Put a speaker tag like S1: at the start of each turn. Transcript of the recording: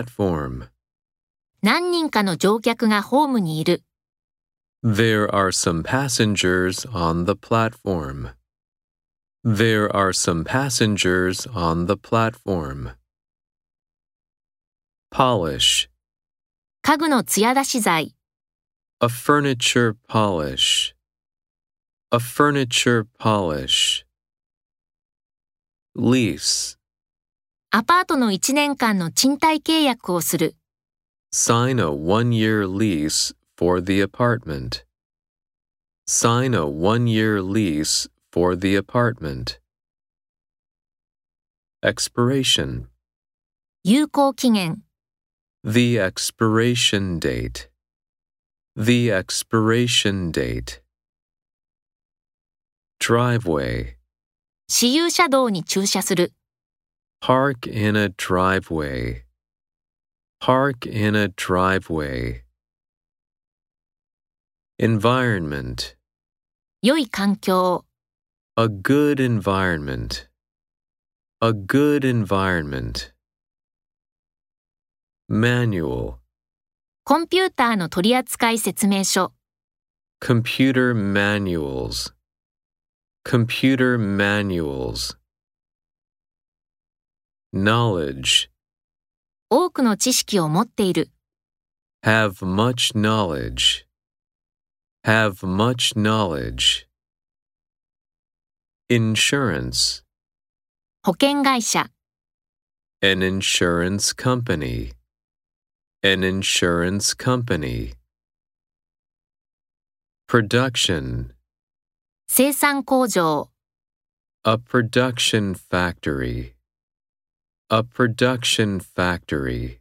S1: Platform.
S2: 何人かの乗客がホームにいる。
S1: There are some passengers on the platform. There are some passengers on the platform. Polish.
S2: 家具の艶出し剤。
S1: A furniture polish. A furniture polish. Lease.
S2: アパートの1年間の賃貸契約をする。
S1: Sign a one year lease for the apartment. Sign a one year lease for the apartment. Expiration.
S2: 有効期限。
S1: The expiration date. The expiration date. Driveway.
S2: 私有車道に駐車する。
S1: Park in a driveway. Park in a driveway. Environment.
S2: 良い環境。
S1: A good environment. A good environment. Manual.
S2: コンピューターの取扱説明書。
S1: Computer manuals. Computer manuals. Knowledge.
S2: 多くの知識を持っている。
S1: Have much knowledge. Have much knowledge. Insurance.
S2: 保険会社。
S1: An insurance company. An insurance company. Production.
S2: 生産工場。
S1: A production factory. A production factory.